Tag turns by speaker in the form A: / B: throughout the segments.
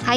A: Hi,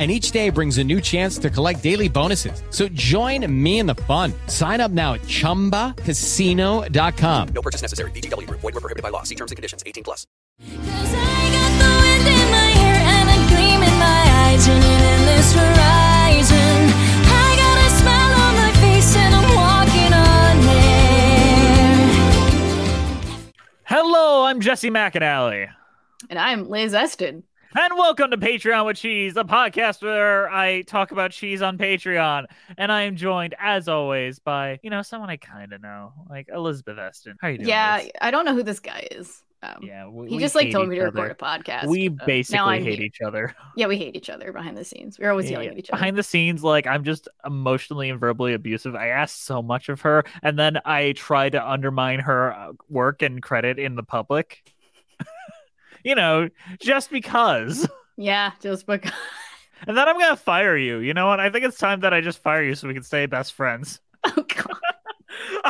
B: and each day brings a new chance to collect daily bonuses. So join me in the fun. Sign up now at ChumbaCasino.com.
C: No purchase necessary. VGW Group. Void were prohibited by law. See terms and conditions. 18 plus.
D: Hello, I'm Jesse McAnally.
E: And I'm Liz Eston.
D: And welcome to Patreon with Cheese, the podcast where I talk about cheese on Patreon. And I am joined, as always, by you know someone I kind of know, like Elizabeth Eston. How are you doing?
E: yeah,
D: Liz?
E: I don't know who this guy is. Um,
D: yeah. We,
E: he
D: we
E: just like
D: hate
E: told me
D: each
E: to record
D: other.
E: a podcast.
D: We
E: Uh, now
D: basically
E: I'm
D: hate
E: here.
D: each other.
E: Yeah, we hate each other behind the scenes. We're always yelling
D: Yeah.
E: at each other.
D: Behind the scenes, like I'm just emotionally and verbally abusive. I asked so much of her, and then I try to undermine her uh, work and credit in the public. you know, just because.
E: yeah, just because.
D: And then I'm gonna fire you. You know what? I think it's time that I just fire you so we can stay best friends.
E: Oh, God.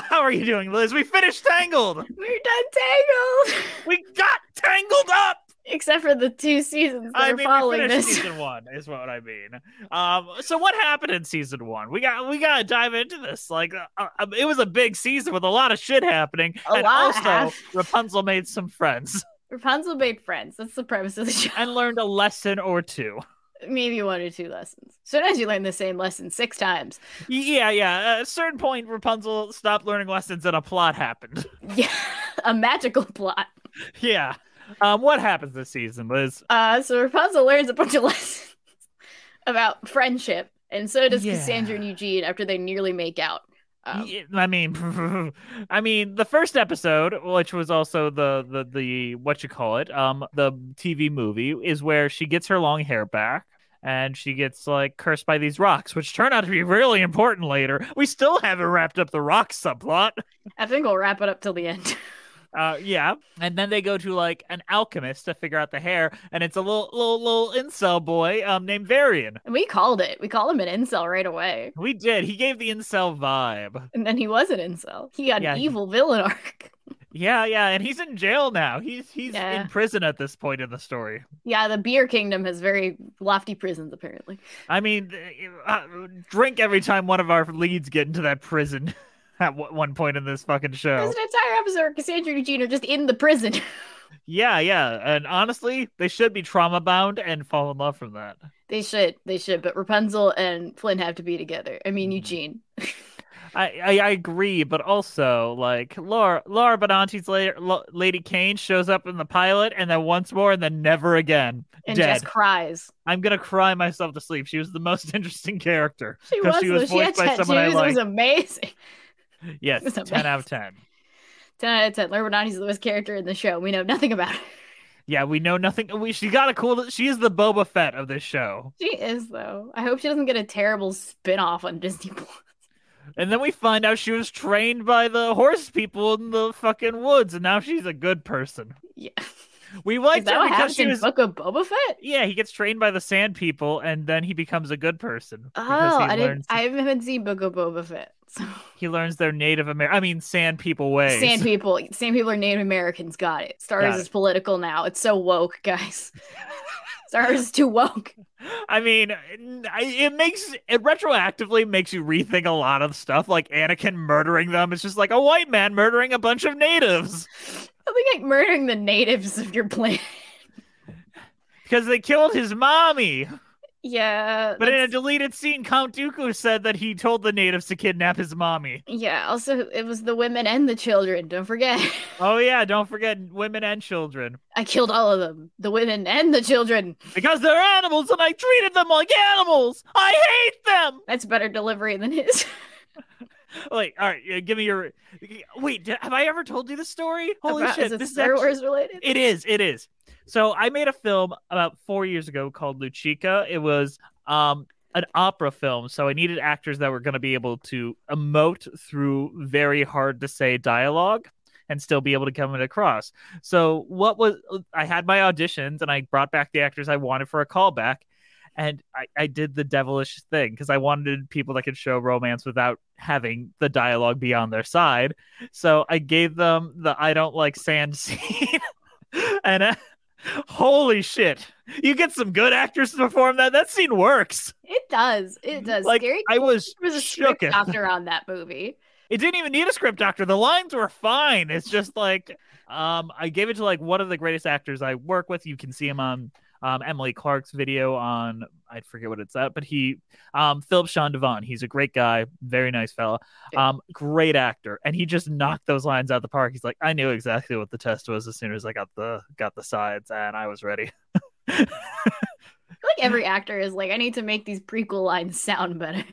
D: How are you doing, Liz? We finished Tangled.
E: We're done tangled.
D: We got tangled up.
E: Except for the two seasons that are
D: I mean, we
E: following
D: finished
E: this.
D: season one, is what I mean. Um, so what happened in season one? We got we gotta dive into this. Like, uh, uh, it was a big season with a lot of shit happening,
E: A
D: and
E: lot
D: also
E: hap-
D: Rapunzel made some friends
E: Rapunzel made friends. That's the premise of the show.
D: and learned a lesson or two.
E: Maybe one or two lessons. Sometimes you learn the same lesson six times.
D: Yeah, yeah. At a certain point, Rapunzel stopped learning lessons, and a plot happened.
E: Yeah, a magical plot.
D: yeah. Um, what happens this season, Liz?
E: Uh, so Rapunzel learns a bunch of lessons about friendship, and so does
D: Yeah.
E: Cassandra and Eugene after they nearly make out. Um,
D: Y- I mean, I mean, the first episode, which was also the the the what you call it, um, the TV movie, is where she gets her long hair back and she gets like cursed by these rocks, which turn out to be really important later. We still haven't wrapped up the rock subplot.
E: I think we'll wrap it up till the end.
D: Uh, yeah, and then they go to like an alchemist to figure out the hair, and it's a little little little incel boy um named Varian.
E: and we called it. We called him an incel right away.
D: We did. He gave the incel vibe.
E: And then he was an incel. He got
D: Yeah,
E: an
D: he-
E: evil villain arc.
D: Yeah, yeah, and he's in jail now. He's he's
E: Yeah.
D: in prison at this point in the story.
E: Yeah, the beer kingdom has very lofty prisons, apparently.
D: I mean, uh, drink every time one of our leads get into that prison at one one point in this fucking show.
E: There's an entire episode where Cassandra and Eugene are just in the prison.
D: Yeah, yeah, and honestly, they should be trauma bound and fall in love from that.
E: they should. They should. But Rapunzel and Flynn have to be together. I
D: Mm.
E: mean, Eugene.
D: I I, I agree, but also like Laura Laura Benanti's la- la- Lady Kane shows up in the pilot, and then once more, and then never again.
E: And
D: Dead.
E: just cries.
D: I'm gonna cry myself to sleep. She was the most interesting character.
E: She
D: 'Cause
E: was,
D: she was
E: though. she had
D: voiced by
E: tattoos.
D: someone
E: It
D: I
E: was
D: liked.
E: amazing.
D: Yes,
E: It's
D: ten out of ten.
E: 10 out of 10. Laura Benanti's the best character in the show. We know nothing about her.
D: Yeah, we know nothing. We she got a cool. She is the Boba Fett of this show.
E: She is, though. I hope she doesn't get a terrible spin off on Disney Plus.
D: And then we find out she was trained by the horse people in the fucking woods, and now she's a good person.
E: Yeah.
D: We liked
E: is that
D: her
E: what
D: because
E: happens
D: she
E: in
D: was.
E: Book of Boba Fett?
D: Yeah, he gets trained by the sand people, and then he becomes a good person.
E: Oh,
D: because he
E: I didn't.
D: learns,
E: I haven't seen Book of Boba Fett. So.
D: He learns their Native American. I mean, sand people ways.
E: Sand people. Sand people are Native Americans. Got it. Star Wars
D: Got
E: is political now. It's so woke, guys. Star Wars is too woke.
D: I mean, n- I- it makes it retroactively makes you rethink a lot of stuff, like Anakin murdering them. It's just like a white man murdering a bunch of natives.
E: I think like murdering the natives of your planet.
D: because they killed his mommy.
E: Yeah.
D: But in a
E: that's-
D: deleted scene, Count Dooku said that he told the natives to kidnap his mommy.
E: yeah, also it was the women and the children, don't forget.
D: Oh yeah, don't forget women and children
E: I killed all of them. The women and the children.
D: because they're animals and I treated them like animals. I hate them.
E: That's better delivery than his.
D: Like, all right, yeah, give me your. Wait, did, have I ever told you this story? Holy
E: About-
D: shit,
E: Is it
D: this is
E: Star
D: actually-
E: Wars related?
D: It is. It is. So I made a film about four years ago called Luchica. It was um, an opera film, so I needed actors that were going to be able to emote through very hard to say dialogue and still be able to come it across. So what was I had my auditions and I brought back the actors I wanted for a callback. And I, I did the devilish thing because I wanted people that could show romance without having the dialogue be on their side. So I gave them the I don't like sand scene and uh, holy shit, you get some good actors to perform that. That scene works.
E: It does. It does.
D: Mm, Like
E: Scary
D: I was,
E: was a script
D: shook. It.
E: doctor on that movie.
D: it didn't even need a script doctor. The lines were fine. It's just like, um, I gave it to like one of the greatest actors I work with. You can see him on um, Emily Clark's video on I forget what it's at, but he, um, Philip Sean Devon. He's a great guy, very nice fella, um, great actor, and he just knocked those lines out of the park. He's like, I knew exactly what the test was as soon as I got the got the sides, and I was ready.
E: I feel like every actor is like, I need to make these prequel lines sound better.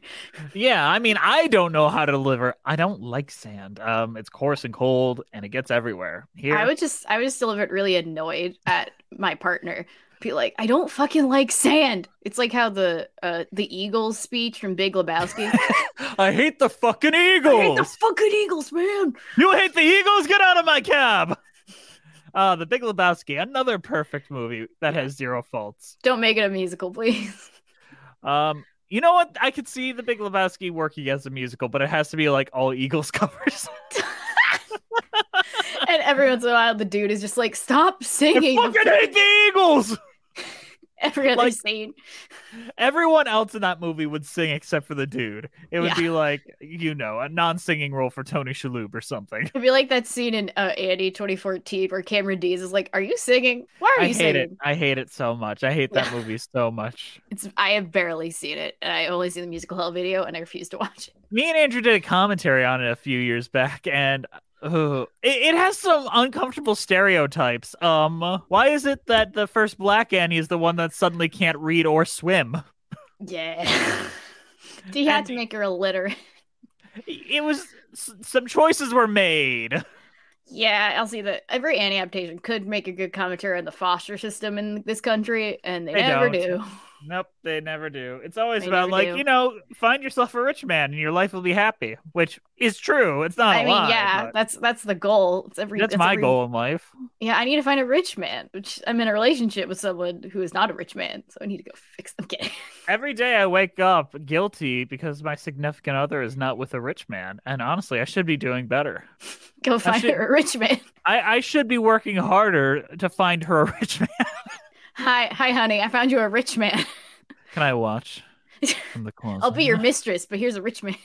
D: Yeah, I mean, I don't know how to deliver. I don't like sand. Um, it's coarse and cold, and it gets everywhere. Here,
E: I would just, I would still have been really annoyed at my partner. Be like, I don't fucking like sand. It's like how the uh, the Eagles speech from Big Lebowski.
D: I hate the fucking
E: I
D: eagles.
E: hate the fucking Eagles, man.
D: you hate the eagles. Get out of my cab. Uh, The Big Lebowski, another perfect movie that has zero faults.
E: Don't make it a musical, please.
D: Um, you know what? I could see The Big Lebowski working as a musical, but it has to be like all Eagles covers.
E: and every once in a while, the dude is just like, stop
D: I
E: singing.
D: fucking hate the Eagles.
E: Every other
D: like-
E: scene.
D: Everyone else in that movie would sing except for the dude. It would
E: Yeah.
D: be like, you know, a non-singing role for Tony Shalhoub or something.
E: It'd be like that scene in uh, Andy 2014 where Cameron Diaz is like, "Are you singing? Why are
D: I
E: you
D: hate
E: singing?"
D: it. I hate it so much. I hate that movie so much.
E: It's I have barely seen it, and I only see the musical hell video, and I refuse to watch it.
D: Me and Andrew did a commentary on it a few years back, and uh, it, it has some uncomfortable stereotypes. Um, why is it that the first Black Annie is the one that suddenly can't read or swim?
E: Yeah, do you have to
D: And-
E: make her a litter?
D: It was s- some choices were made.
E: Yeah, I'll see that every Annie adaptation could make a good commentary on the foster system in this country, and they,
D: They
E: never
D: don't.
E: do.
D: Nope, they never do. It's always
E: They
D: about
E: never
D: like,
E: do.
D: you know, find yourself a rich man and your life will be happy, which is true. It's not
E: I
D: a
E: mean,
D: lie,
E: yeah,
D: but
E: that's that's the goal. It's every
D: that's my
E: every-
D: goal in life.
E: Yeah, I need to find a rich man, which I'm in a relationship with someone who is not a rich man, so I need to go fix. I'm kidding.
D: Every day I wake up guilty because my significant other is not with a rich man, and honestly, I should be doing better.
E: go find
D: should-
E: her a rich man.
D: I, I should be working harder to find her a rich man.
E: Hi, hi, honey. I found you a rich man.
D: Can I watch from the closet?
E: I'll be your mistress, but here's a rich man.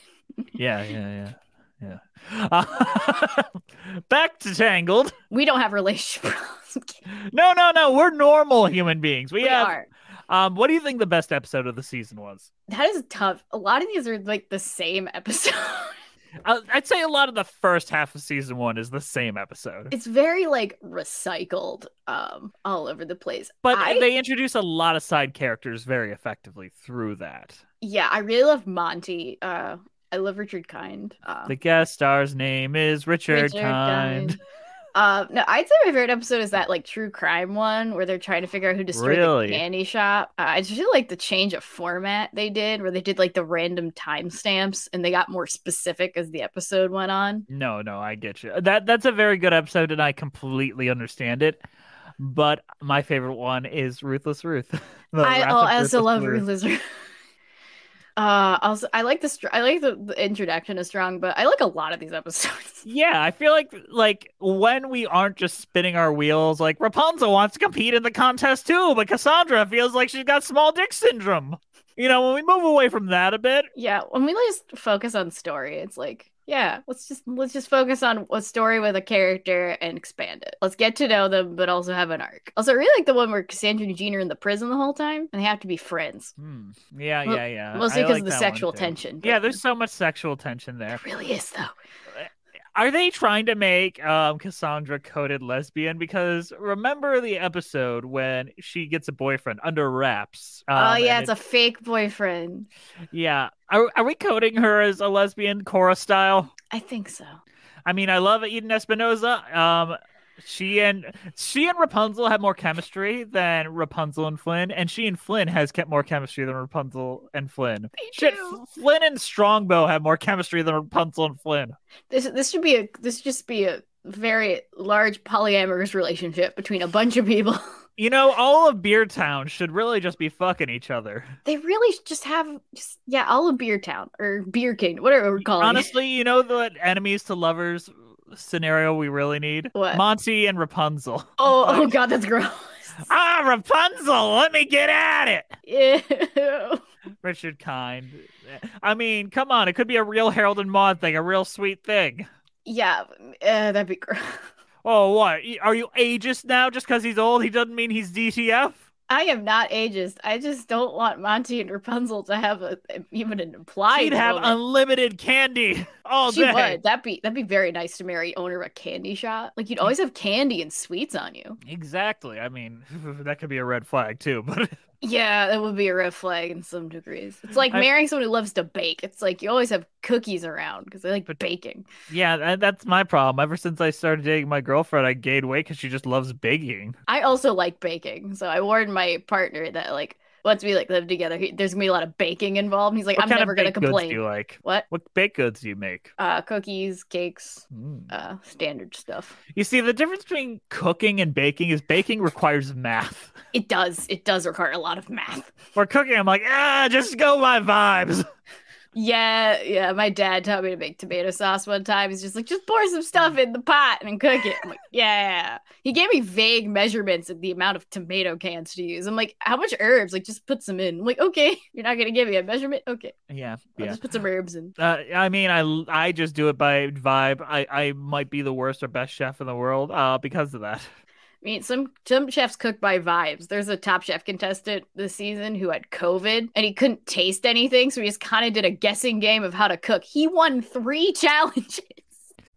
D: Yeah, yeah, yeah, yeah. Uh, back to Tangled.
E: We don't have relationship problems. I'm kidding.
D: No, no, no. We're normal human beings. We,
E: We
D: have
E: are.
D: Um, what do you think the best episode of the season was?
E: That is tough. A lot of these are like the same episode.
D: I- Uh, I'd say a lot of the first half of season one is the same episode,
E: it's very like recycled, um, all over the place.
D: but
E: I-
D: they introduce a lot of side characters very effectively through that.
E: yeah, I really love Monty. Uh, I love Richard Kind. Uh,
D: The guest star's name is Richard, Kind.
E: Um, no, I'd say my favorite episode is that like true crime one where they're trying to figure out who destroyed
D: Really?
E: the candy shop. Uh, I just feel like the change of format they did, where they did like the random timestamps and they got more specific as the episode went on.
D: No, no, I get you. That that's a very good episode, and I completely understand it. But my favorite one is Ruthless Ruth. The
E: I
D: Wrath
E: oh,
D: of
E: I also
D: Ruthless
E: love Ruthless. Ruth. Uh, also, I like the str- I like the, the introduction is strong, but I like a lot of these episodes.
D: Yeah, I feel like like when we aren't just spinning our wheels, like Rapunzel wants to compete in the contest too, but Cassandra feels like she's got small dick syndrome. You know, when we move away from that a bit,
E: yeah, when we just focus on story, it's like Yeah, let's just let's just focus on a story with a character and expand it. Let's get to know them, but also have an arc. Also, I really like the one where Cassandra and Gene are in the prison the whole time and they have to be friends.
D: Hmm. Yeah,
E: Mo-
D: yeah, yeah.
E: mostly
D: I
E: 'cause of
D: like
E: the
D: that one,
E: sexual
D: too.
E: tension,
D: Yeah,
E: but-
D: there's so much sexual tension there.
E: It really is though.
D: Are they trying to make um, Cassandra coded lesbian? Because remember the episode when she gets a boyfriend under wraps?
E: oh yeah, it's a fake boyfriend.
D: a yeah. Are, are we coding her as a lesbian, Cora style?
E: I think so.
D: I mean, I love Eden Espinosa. Um, she and she and Rapunzel have more chemistry than Rapunzel and Flynn, and she and Flynn has kept more chemistry than Rapunzel and Flynn.
E: They
D: Shit,
E: do.
D: F- Flynn and Strongbow have more chemistry than Rapunzel and Flynn.
E: This this should be a this should just be a very large polyamorous relationship between a bunch of people.
D: You know, all of Beer Town should really just be fucking each other.
E: they really just have just yeah, all of Beer Town or Beer King, whatever we're calling it.
D: Honestly, you know the enemies to lovers scenario we really need?
E: What?
D: Monty and Rapunzel.
E: Oh oh god, that's gross.
D: Ah, Rapunzel, let me get at it.
E: Ew.
D: Richard Kind. I mean, come on, it could be a real Harold and Maude thing, a real sweet thing.
E: Yeah, uh, that'd be gross.
D: Oh, what? Are you ageist now? Just because he's old, he doesn't mean he's DTF?
E: I am not ageist. I just don't want Monty and Rapunzel to have a, even an implied.
D: She'd have
E: moment.
D: unlimited candy all
E: she
D: day.
E: would. That'd be that'd be very nice to marry owner of a candy shop. Like you'd always have candy and sweets on you.
D: Exactly. I mean, that could be a red flag too. But
E: Yeah, that would be a red flag in some degrees. It's like
D: I-
E: marrying someone who loves to bake. It's like you always have cookies around because they like baking.
D: yeah, that, that's my problem. Ever since I started dating my girlfriend, I gained weight because she just loves baking.
E: I also like baking, so I warned my partner that like once we like live together, he, there's gonna be a lot of baking involved. And he's like,
D: what
E: I'm
D: kind
E: never
D: of
E: gonna
D: baked goods do you
E: complain.
D: like?
E: What?
D: What baked goods do you make?
E: Uh, cookies, cakes,
D: Mm.
E: uh, standard stuff.
D: You see, the difference between cooking and baking is baking requires math.
E: It does. It does require a lot of math.
D: We're cooking. I'm like, ah, just go my vibes.
E: Yeah, yeah. My dad taught me to make tomato sauce one time. He's just like, just pour some stuff in the pot and cook it. I'm like, yeah. He gave me vague measurements of the amount of tomato cans to use. I'm like, how much herbs? Like, just put some in. I'm like, okay, you're not gonna give me a measurement. Okay,
D: Yeah,
E: I'll
D: yeah.
E: just put some herbs in.
D: Uh, I mean, I I just do it by vibe. I I might be the worst or best chef in the world uh, because of that.
E: I mean, some some chefs cook by vibes. There's a Top Chef contestant this season who had COVID and he couldn't taste anything, so he just kind of did a guessing game of how to cook. He won three challenges.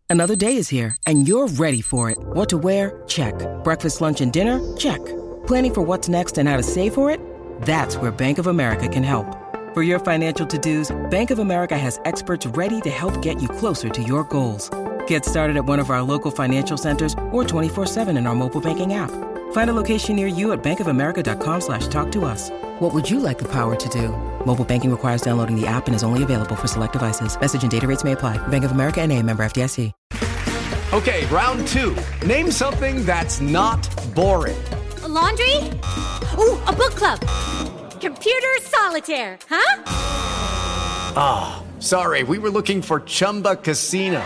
F: Another day is here, and you're ready for it. What to wear? Check. Breakfast, lunch, and dinner? Check. Planning for what's next and how to save for it? That's where Bank of America can help. For your financial to dos, Bank of America has experts ready to help get you closer to your goals. Get started at one of our local financial centers or 24-7 in our mobile banking app. Find a location near you at bankofamerica.com slash talk to us. What would you like the power to do? Mobile banking requires downloading the app and is only available for select devices. Message and data rates may apply. Bank of America and a member FDIC.
G: Okay, round two. Name something that's not boring.
H: laundry? Ooh, a book club. Computer solitaire, huh?
G: Sorry, we were looking for Chumba Casino.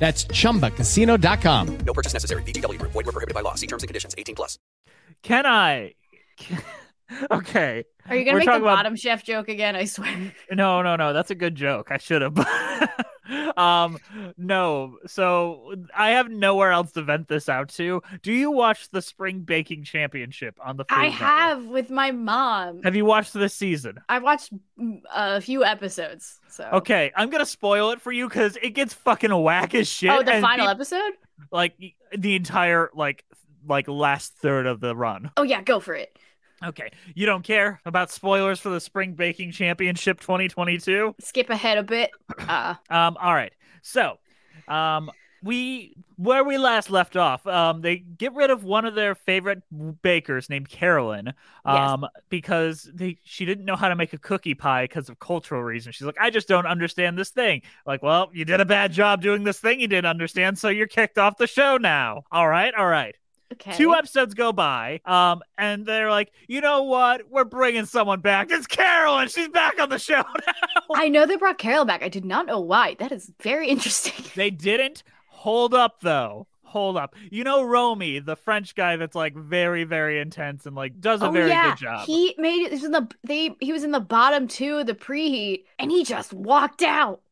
B: That's chumbacasino.com.
C: No purchase necessary. VGW Group. Void were prohibited by law. See terms and conditions. 18 plus.
D: Can I? okay.
E: Are you gonna
D: We're
E: make the
D: talking about-
E: bottom chef joke again? I swear.
D: No, no, no. That's a good joke. I should have. um, no. So I have nowhere else to vent this out to. Do you watch the Spring Baking Championship on the? Food
E: I
D: Network?
E: have with my mom.
D: Have you watched this season?
E: I watched mm, a few episodes. So
D: Okay, I'm gonna spoil it for you because it gets fucking whack as shit.
E: Oh, the
D: and
E: final
D: peop-
E: episode?
D: like the entire like like last third of the run.
E: Oh yeah, go for it.
D: Okay, you don't care about spoilers for the Spring Baking Championship 2022.
E: Skip ahead a bit. Uh
D: Um, all right. So, um, we where we last left off, um, they get rid of one of their favorite bakers named Carolyn, um, because they she didn't know how to make a cookie pie because of cultural reasons. She's like, I just don't understand this thing. Like, well, you did a bad job doing this thing you didn't understand, so you're kicked off the show now. All right, all right.
E: okay.
D: Two episodes go by, um, and they're like, you know what? We're bringing someone back. It's Carolyn. She's back on the show
E: I know they brought Carol back. I did not know why. That is very interesting.
D: They didn't hold up though. Hold up. You know Romy, the French guy that's like very, very intense and like does a
E: oh
D: very
E: yeah,
D: good job.
E: he made it. He was in the they. He was in the bottom two of the preheat, and he just walked out.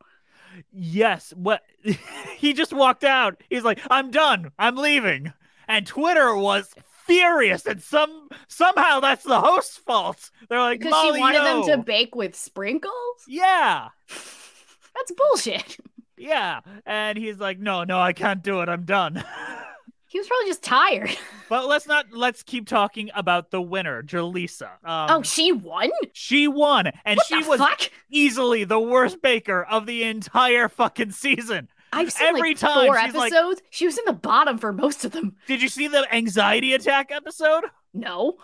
D: Yes. What he just walked out. He's like, I'm done. I'm leaving. And Twitter was furious and some somehow that's the host's fault. They're like,
E: Because
D: Molly,
E: she wanted
D: no.
E: them to bake with sprinkles?
D: Yeah.
E: That's bullshit.
D: Yeah. And he's like, No, no, I can't do it. I'm done.
E: He was probably just tired.
D: but let's not let's keep talking about the winner, Jaleesa. Um,
E: oh, she won?
D: She won, and
E: What
D: she
E: the
D: was
E: fuck?
D: easily the worst baker of the entire fucking season.
E: I've seen
D: every
E: like
D: time
E: four
D: she's like-
E: episodes. She was in the bottom for most of them.
D: Did you see the anxiety attack episode?
E: No.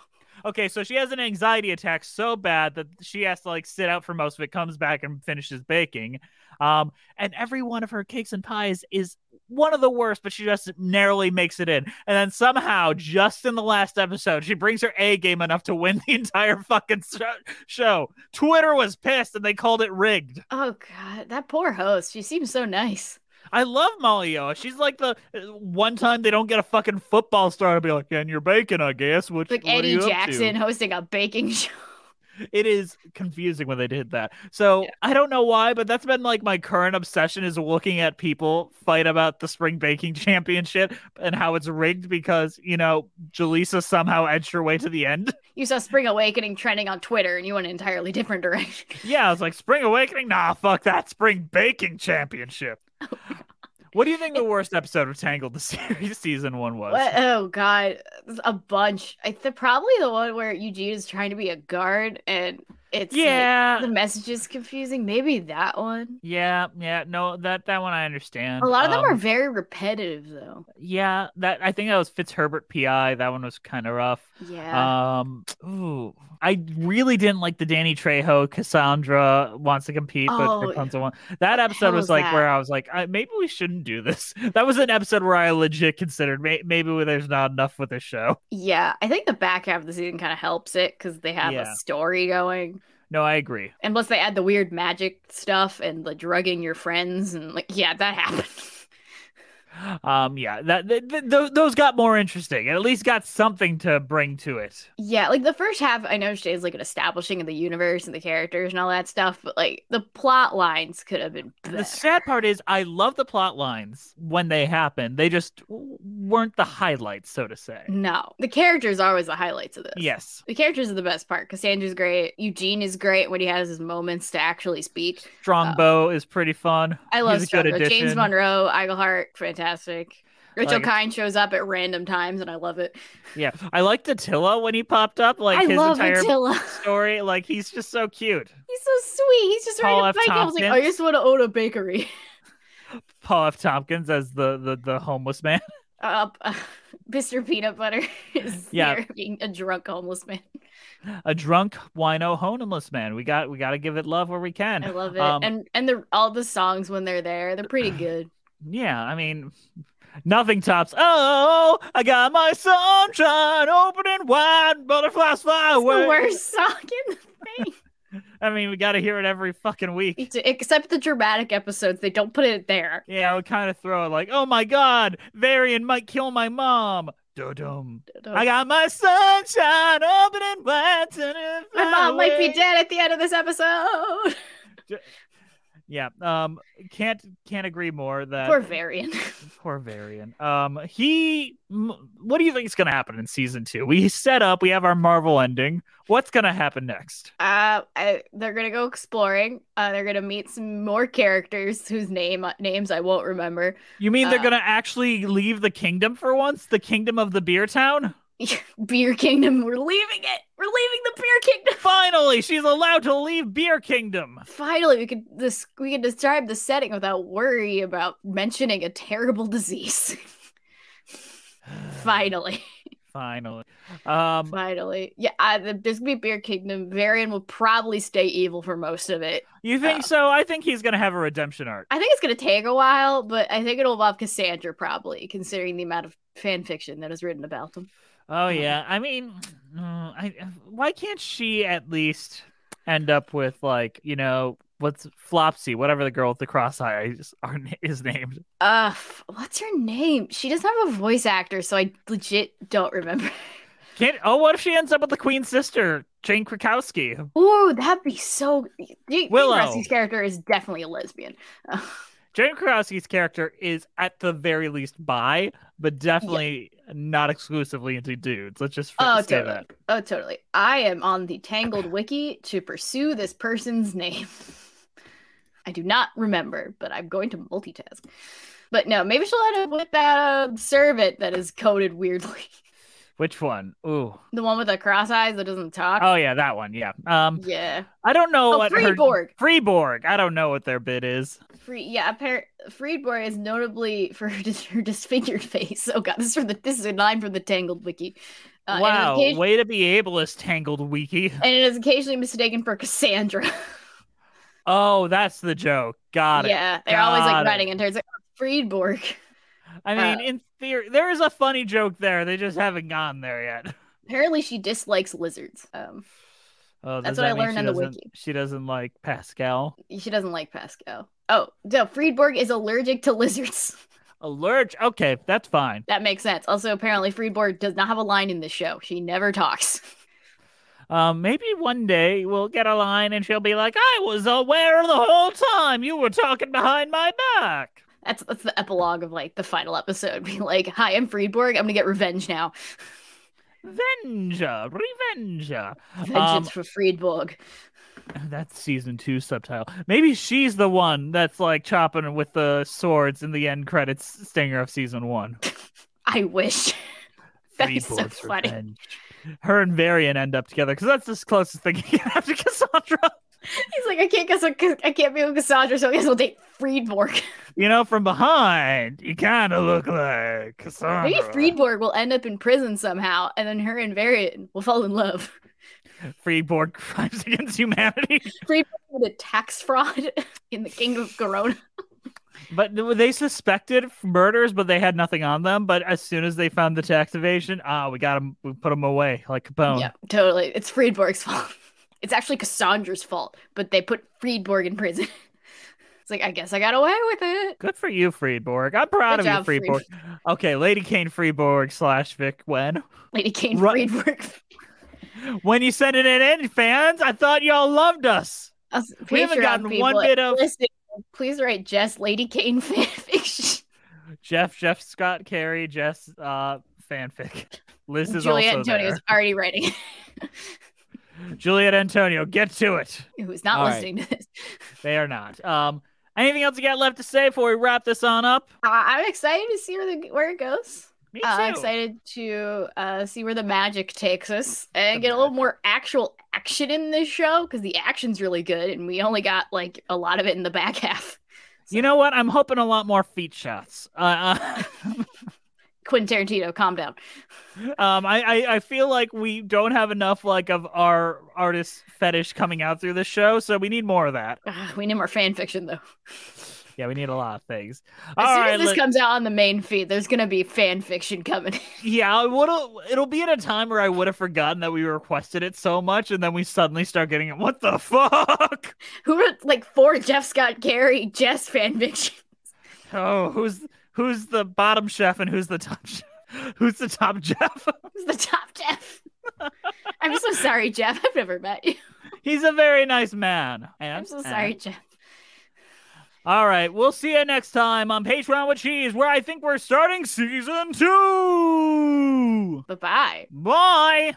D: Okay, so she has an anxiety attack so bad that she has to like sit out for most of it, comes back and finishes baking. Um, and every one of her cakes and pies is one of the worst, but she just narrowly makes it in. And then somehow, just in the last episode, she brings her A game enough to win the entire fucking sh- show. Twitter was pissed and they called it rigged.
E: Oh god, that poor host. She seems so nice.
D: I love Molly Oa. She's like the uh, one time they don't get a fucking football star to be like, and you're bacon, I guess. Which
E: Like
D: what are
E: Eddie
D: you up to?"
E: Jackson hosting a baking show.
D: It is confusing when they did that. So I don't know why, but that's been like my current obsession is looking at people fight about the spring baking championship and how it's rigged because you know Jaleesa somehow edged her way to the end.
E: You saw Spring Awakening trending on Twitter and you went an entirely different direction.
D: yeah, I was like, spring awakening. Nah, fuck that spring baking championship.
E: Oh,
D: What do you think the worst episode of Tangled the series season one was?
E: What? Oh god, a bunch. I th- probably the one where Eugene is trying to be a guard and it's like,
D: Yeah.
E: the message is confusing. Maybe that one.
D: Yeah, yeah, no, that that one I understand.
E: A lot of them
D: Um,
E: are very repetitive though.
D: Yeah, that I think that was Fitzherbert PI. That one was kind of rough.
E: Yeah.
D: Um, ooh, I really didn't like the Danny Trejo Cassandra wants to compete, but
E: Oh,
D: Rapunzel won. That episode
E: hell
D: was
E: was
D: like
E: that?
D: where I was like, I, maybe we shouldn't do this. That was an episode where I legit considered may, maybe there's not enough with this show.
E: yeah, I think the back half of the season kind of helps it cuz they have
D: Yeah.
E: a story going.
D: No, I agree.
E: And plus they add the weird magic stuff and the drugging your friends and like yeah, that happened.
D: Um, yeah, that th- th- th- those got more interesting. It at least got something to bring to it.
E: Yeah, like the first half, I know is like an establishing of the universe and the characters and all that stuff, but like the plot lines could have been better.
D: The sad part is, I love the plot lines when they happen. They just w- weren't the highlights, so to say.
E: No, the characters are always the highlights of this.
D: Yes,
E: The characters are the best part. Cassandra's great. Eugene is great when he has his moments to actually speak.
D: Strongbow is pretty fun.
E: uh, I love
D: He's a good
E: Strongbow. James
D: addition.
E: Monroe, Eigelhart, fantastic. Rich
D: Like-
E: O'Kine shows up at random times and I love it.
D: Yeah, I liked Attila when he popped up. Like
E: I
D: his
E: love
D: entire
E: Attila.
D: story. Like he's just so cute.
E: He's so sweet. He's just
D: Paul
E: riding a
D: F.
E: bike. I was like, I
D: Tompkins.
E: just want to own a bakery.
D: Paul F. Tompkins as the the, the homeless man.
E: Up. Mr. Uh, Peanut Butter is
D: Yeah.
E: there being a drunk homeless man.
D: a drunk wino homeless man. We got we got to give it love where we can.
E: I love it.
D: Um,
E: and and the all the songs when they're there, they're pretty good.
D: yeah, I mean, nothing tops. Oh, I got my sunshine open and wide, butterflies fly
E: It's
D: away.
E: the worst song in the
D: I mean, we got to hear it every fucking week.
E: except the dramatic episodes. They don't put it there.
D: Yeah, I would kind of throw it like, oh my god, Varian might kill my mom. Dum I got my sunshine open and wide. My
E: My mom might be dead at the end of this episode.
D: Yeah. Um. Can't can't agree more that
E: Poor Varian.
D: Poor Varian. Um, he. m- What do you think is going to happen in season two? We set up. We have our Marvel ending. What's going to happen next?
E: Uh, I, they're gonna go exploring. Uh, they're gonna meet some more characters whose name names I won't remember.
D: You mean they're
E: Uh,
D: going to actually leave the kingdom for once? The kingdom of the beer town?
E: Beer Kingdom. We're leaving it. We're leaving the Beer Kingdom.
D: Finally, she's allowed to leave Beer Kingdom.
E: Finally, we could this we could describe the setting without worry about mentioning a terrible disease. Finally.
D: Finally. Um.
E: Finally. Yeah, I, the- there's gonna be Beer Kingdom. Varian will probably stay evil for most of it.
D: You think so? I think he's going to have a redemption arc.
E: uh, I think it's gonna take a while, but I think it'll involve Cassandra probably, considering the amount of fan fiction that is written about them.
D: Oh yeah. I mean, mm, I, why can't she at least end up with like you know what's Flopsy, whatever the girl with the cross eyes are, is named.
E: Uh, f- what's her name? She doesn't have a voice actor, so I legit don't remember.
D: Can't. Oh, what if she ends up with the Queen's sister, Jane Krakowski?
E: Ooh, that'd be so. Jane
D: Willow.
E: Rusty's character is definitely a lesbian.
D: Jane Krakowski's character is at the very least bi, but definitely not exclusively into dudes. Let's just
E: Oh,
D: say
E: totally.
D: that.
E: Oh, totally. I am on the Tangled Wiki to pursue this person's name. I do not remember, but I'm going to multitask. But no, maybe she'll end up with that uh, servant that is coded weirdly.
D: Which one? Ooh.
E: The one with the cross eyes that doesn't talk.
D: Oh yeah, that one. Yeah. Um.
E: Yeah.
D: I don't know
E: Oh,
D: what
E: Freeborg.
D: her Freeborg. I don't know what their bid is.
E: Free, yeah, appar- Friedborg is notably for her, dis- her disfigured face. Oh god, this is from the this is a line from the Tangled wiki. Uh, and it is
D: wow,
E: occasion-
D: way to be ableist, Tangled Wiki.
E: and it is occasionally mistaken for Cassandra.
D: Oh, that's the joke. Got it.
E: yeah, they're always like
D: Got it.
E: running into her. It's like oh, Friedborg.
D: I mean,
E: uh,
D: in theory, there is a funny joke there. They just haven't gone there yet.
E: Apparently, she dislikes lizards. Um,
D: Oh,
E: That's
D: does
E: what
D: that
E: I
D: mean
E: learned
D: she
E: on the
D: doesn't-
E: wiki.
D: She doesn't like Pascal.
E: she doesn't like Pascal. Oh, no, Friedborg is allergic to lizards.
D: Allergic. Okay, that's fine.
E: That makes sense. Also, apparently, Friedborg does not have a line in this show. She never talks.
D: Um, maybe one day we'll get a line and she'll be like, "I was aware the whole time you were talking behind my back."
E: That's that's the epilogue of like the final episode. Be like, "Hi, I'm Friedborg. I'm gonna get revenge now.
D: Venja, revenja. Um,
E: Vengeance for Friedborg."
D: That's season two subtitle. Maybe she's the one that's like chopping with the swords in the end credits stinger of season one.
E: I wish. that is so
D: Freeborg's
E: funny.
D: revenge. Her and Varian end up together because that's the closest thing you can have to Cassandra.
E: He's like, "I can't guess. what- I can't be with Cassandra, so I guess we'll date Friedborg."
D: You know, from behind, you kind of look like Cassandra.
E: Maybe Friedborg will end up in prison somehow, and then her and Varian will fall in love.
D: Freeborg crimes against humanity.
E: Friedborg did a tax fraud in the kingdom of Corona.
D: But they suspected murders, but they had nothing on them. But as soon as they found the tax evasion, ah, we got him. We put him away like Capone.
E: Yeah, totally. It's Friedborg's fault. It's actually Cassandra's fault, but they put Friedborg in prison. It's like, I guess I got away with it.
D: Good for you, Friedborg. I'm proud
E: Good
D: of
E: job,
D: you,
E: Fried-
D: Friedborg. Okay, Lady Kane Friedborg slash Vic Wen.
E: Lady Kane
D: Ru-
E: Friedborg.
D: When you sent it in, fans, I thought y'all loved us.
E: Us
D: We haven't
E: Patreon
D: gotten one
E: people,
D: bit of-
E: listen, please write Jess Lady Kane fanfiction.
D: Jeff, Jeff, Scott, Carey, Jess, uh, fanfic. Liz is
E: Juliet
D: also
E: Antonio is already writing it,
D: there. Juliet Antonio, get to it.
E: who's not
D: All right.
E: listening to this.
D: They are not. Um, anything else you got left to say before we wrap this on up?
E: Uh, I'm excited to see where, the, where it goes.
D: Me
E: Uh, I'm
D: too.
E: excited to uh, see where the magic takes us and get a little more actual action in this show because the action's really good and we only got like a lot of it in the back half.
D: You know what? I'm hoping a lot more feet shots. Uh, uh,
E: Quentin Tarantino, calm down.
D: Um, I, I I feel like we don't have enough like of our artist fetish coming out through this show, so we need more of that.
E: Ugh, we need more fan fiction though.
D: Yeah, we need a lot of things.
E: As
D: All
E: soon
D: right,
E: as this
D: let-
E: comes out on the main feed, there's gonna be fan fiction coming. in.
D: yeah, I would've- it'll be at a time where I would have forgotten that we requested it so much, and then we suddenly start getting it. What the fuck?
E: Who wrote like four Jeff Scott Carey Jess fan fiction?
D: Oh, who's who's the bottom chef and who's the top chef? Who's the top Jeff?
E: It's the top Jeff. I'm so sorry, Jeff. I've never met you.
D: He's a very nice man. And,
E: I'm so sorry,
D: and-
E: Jeff.
D: All right, we'll see you next time on Patreon with Cheese, where I think we're starting season two.
E: Bye bye.
D: Bye.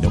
I: No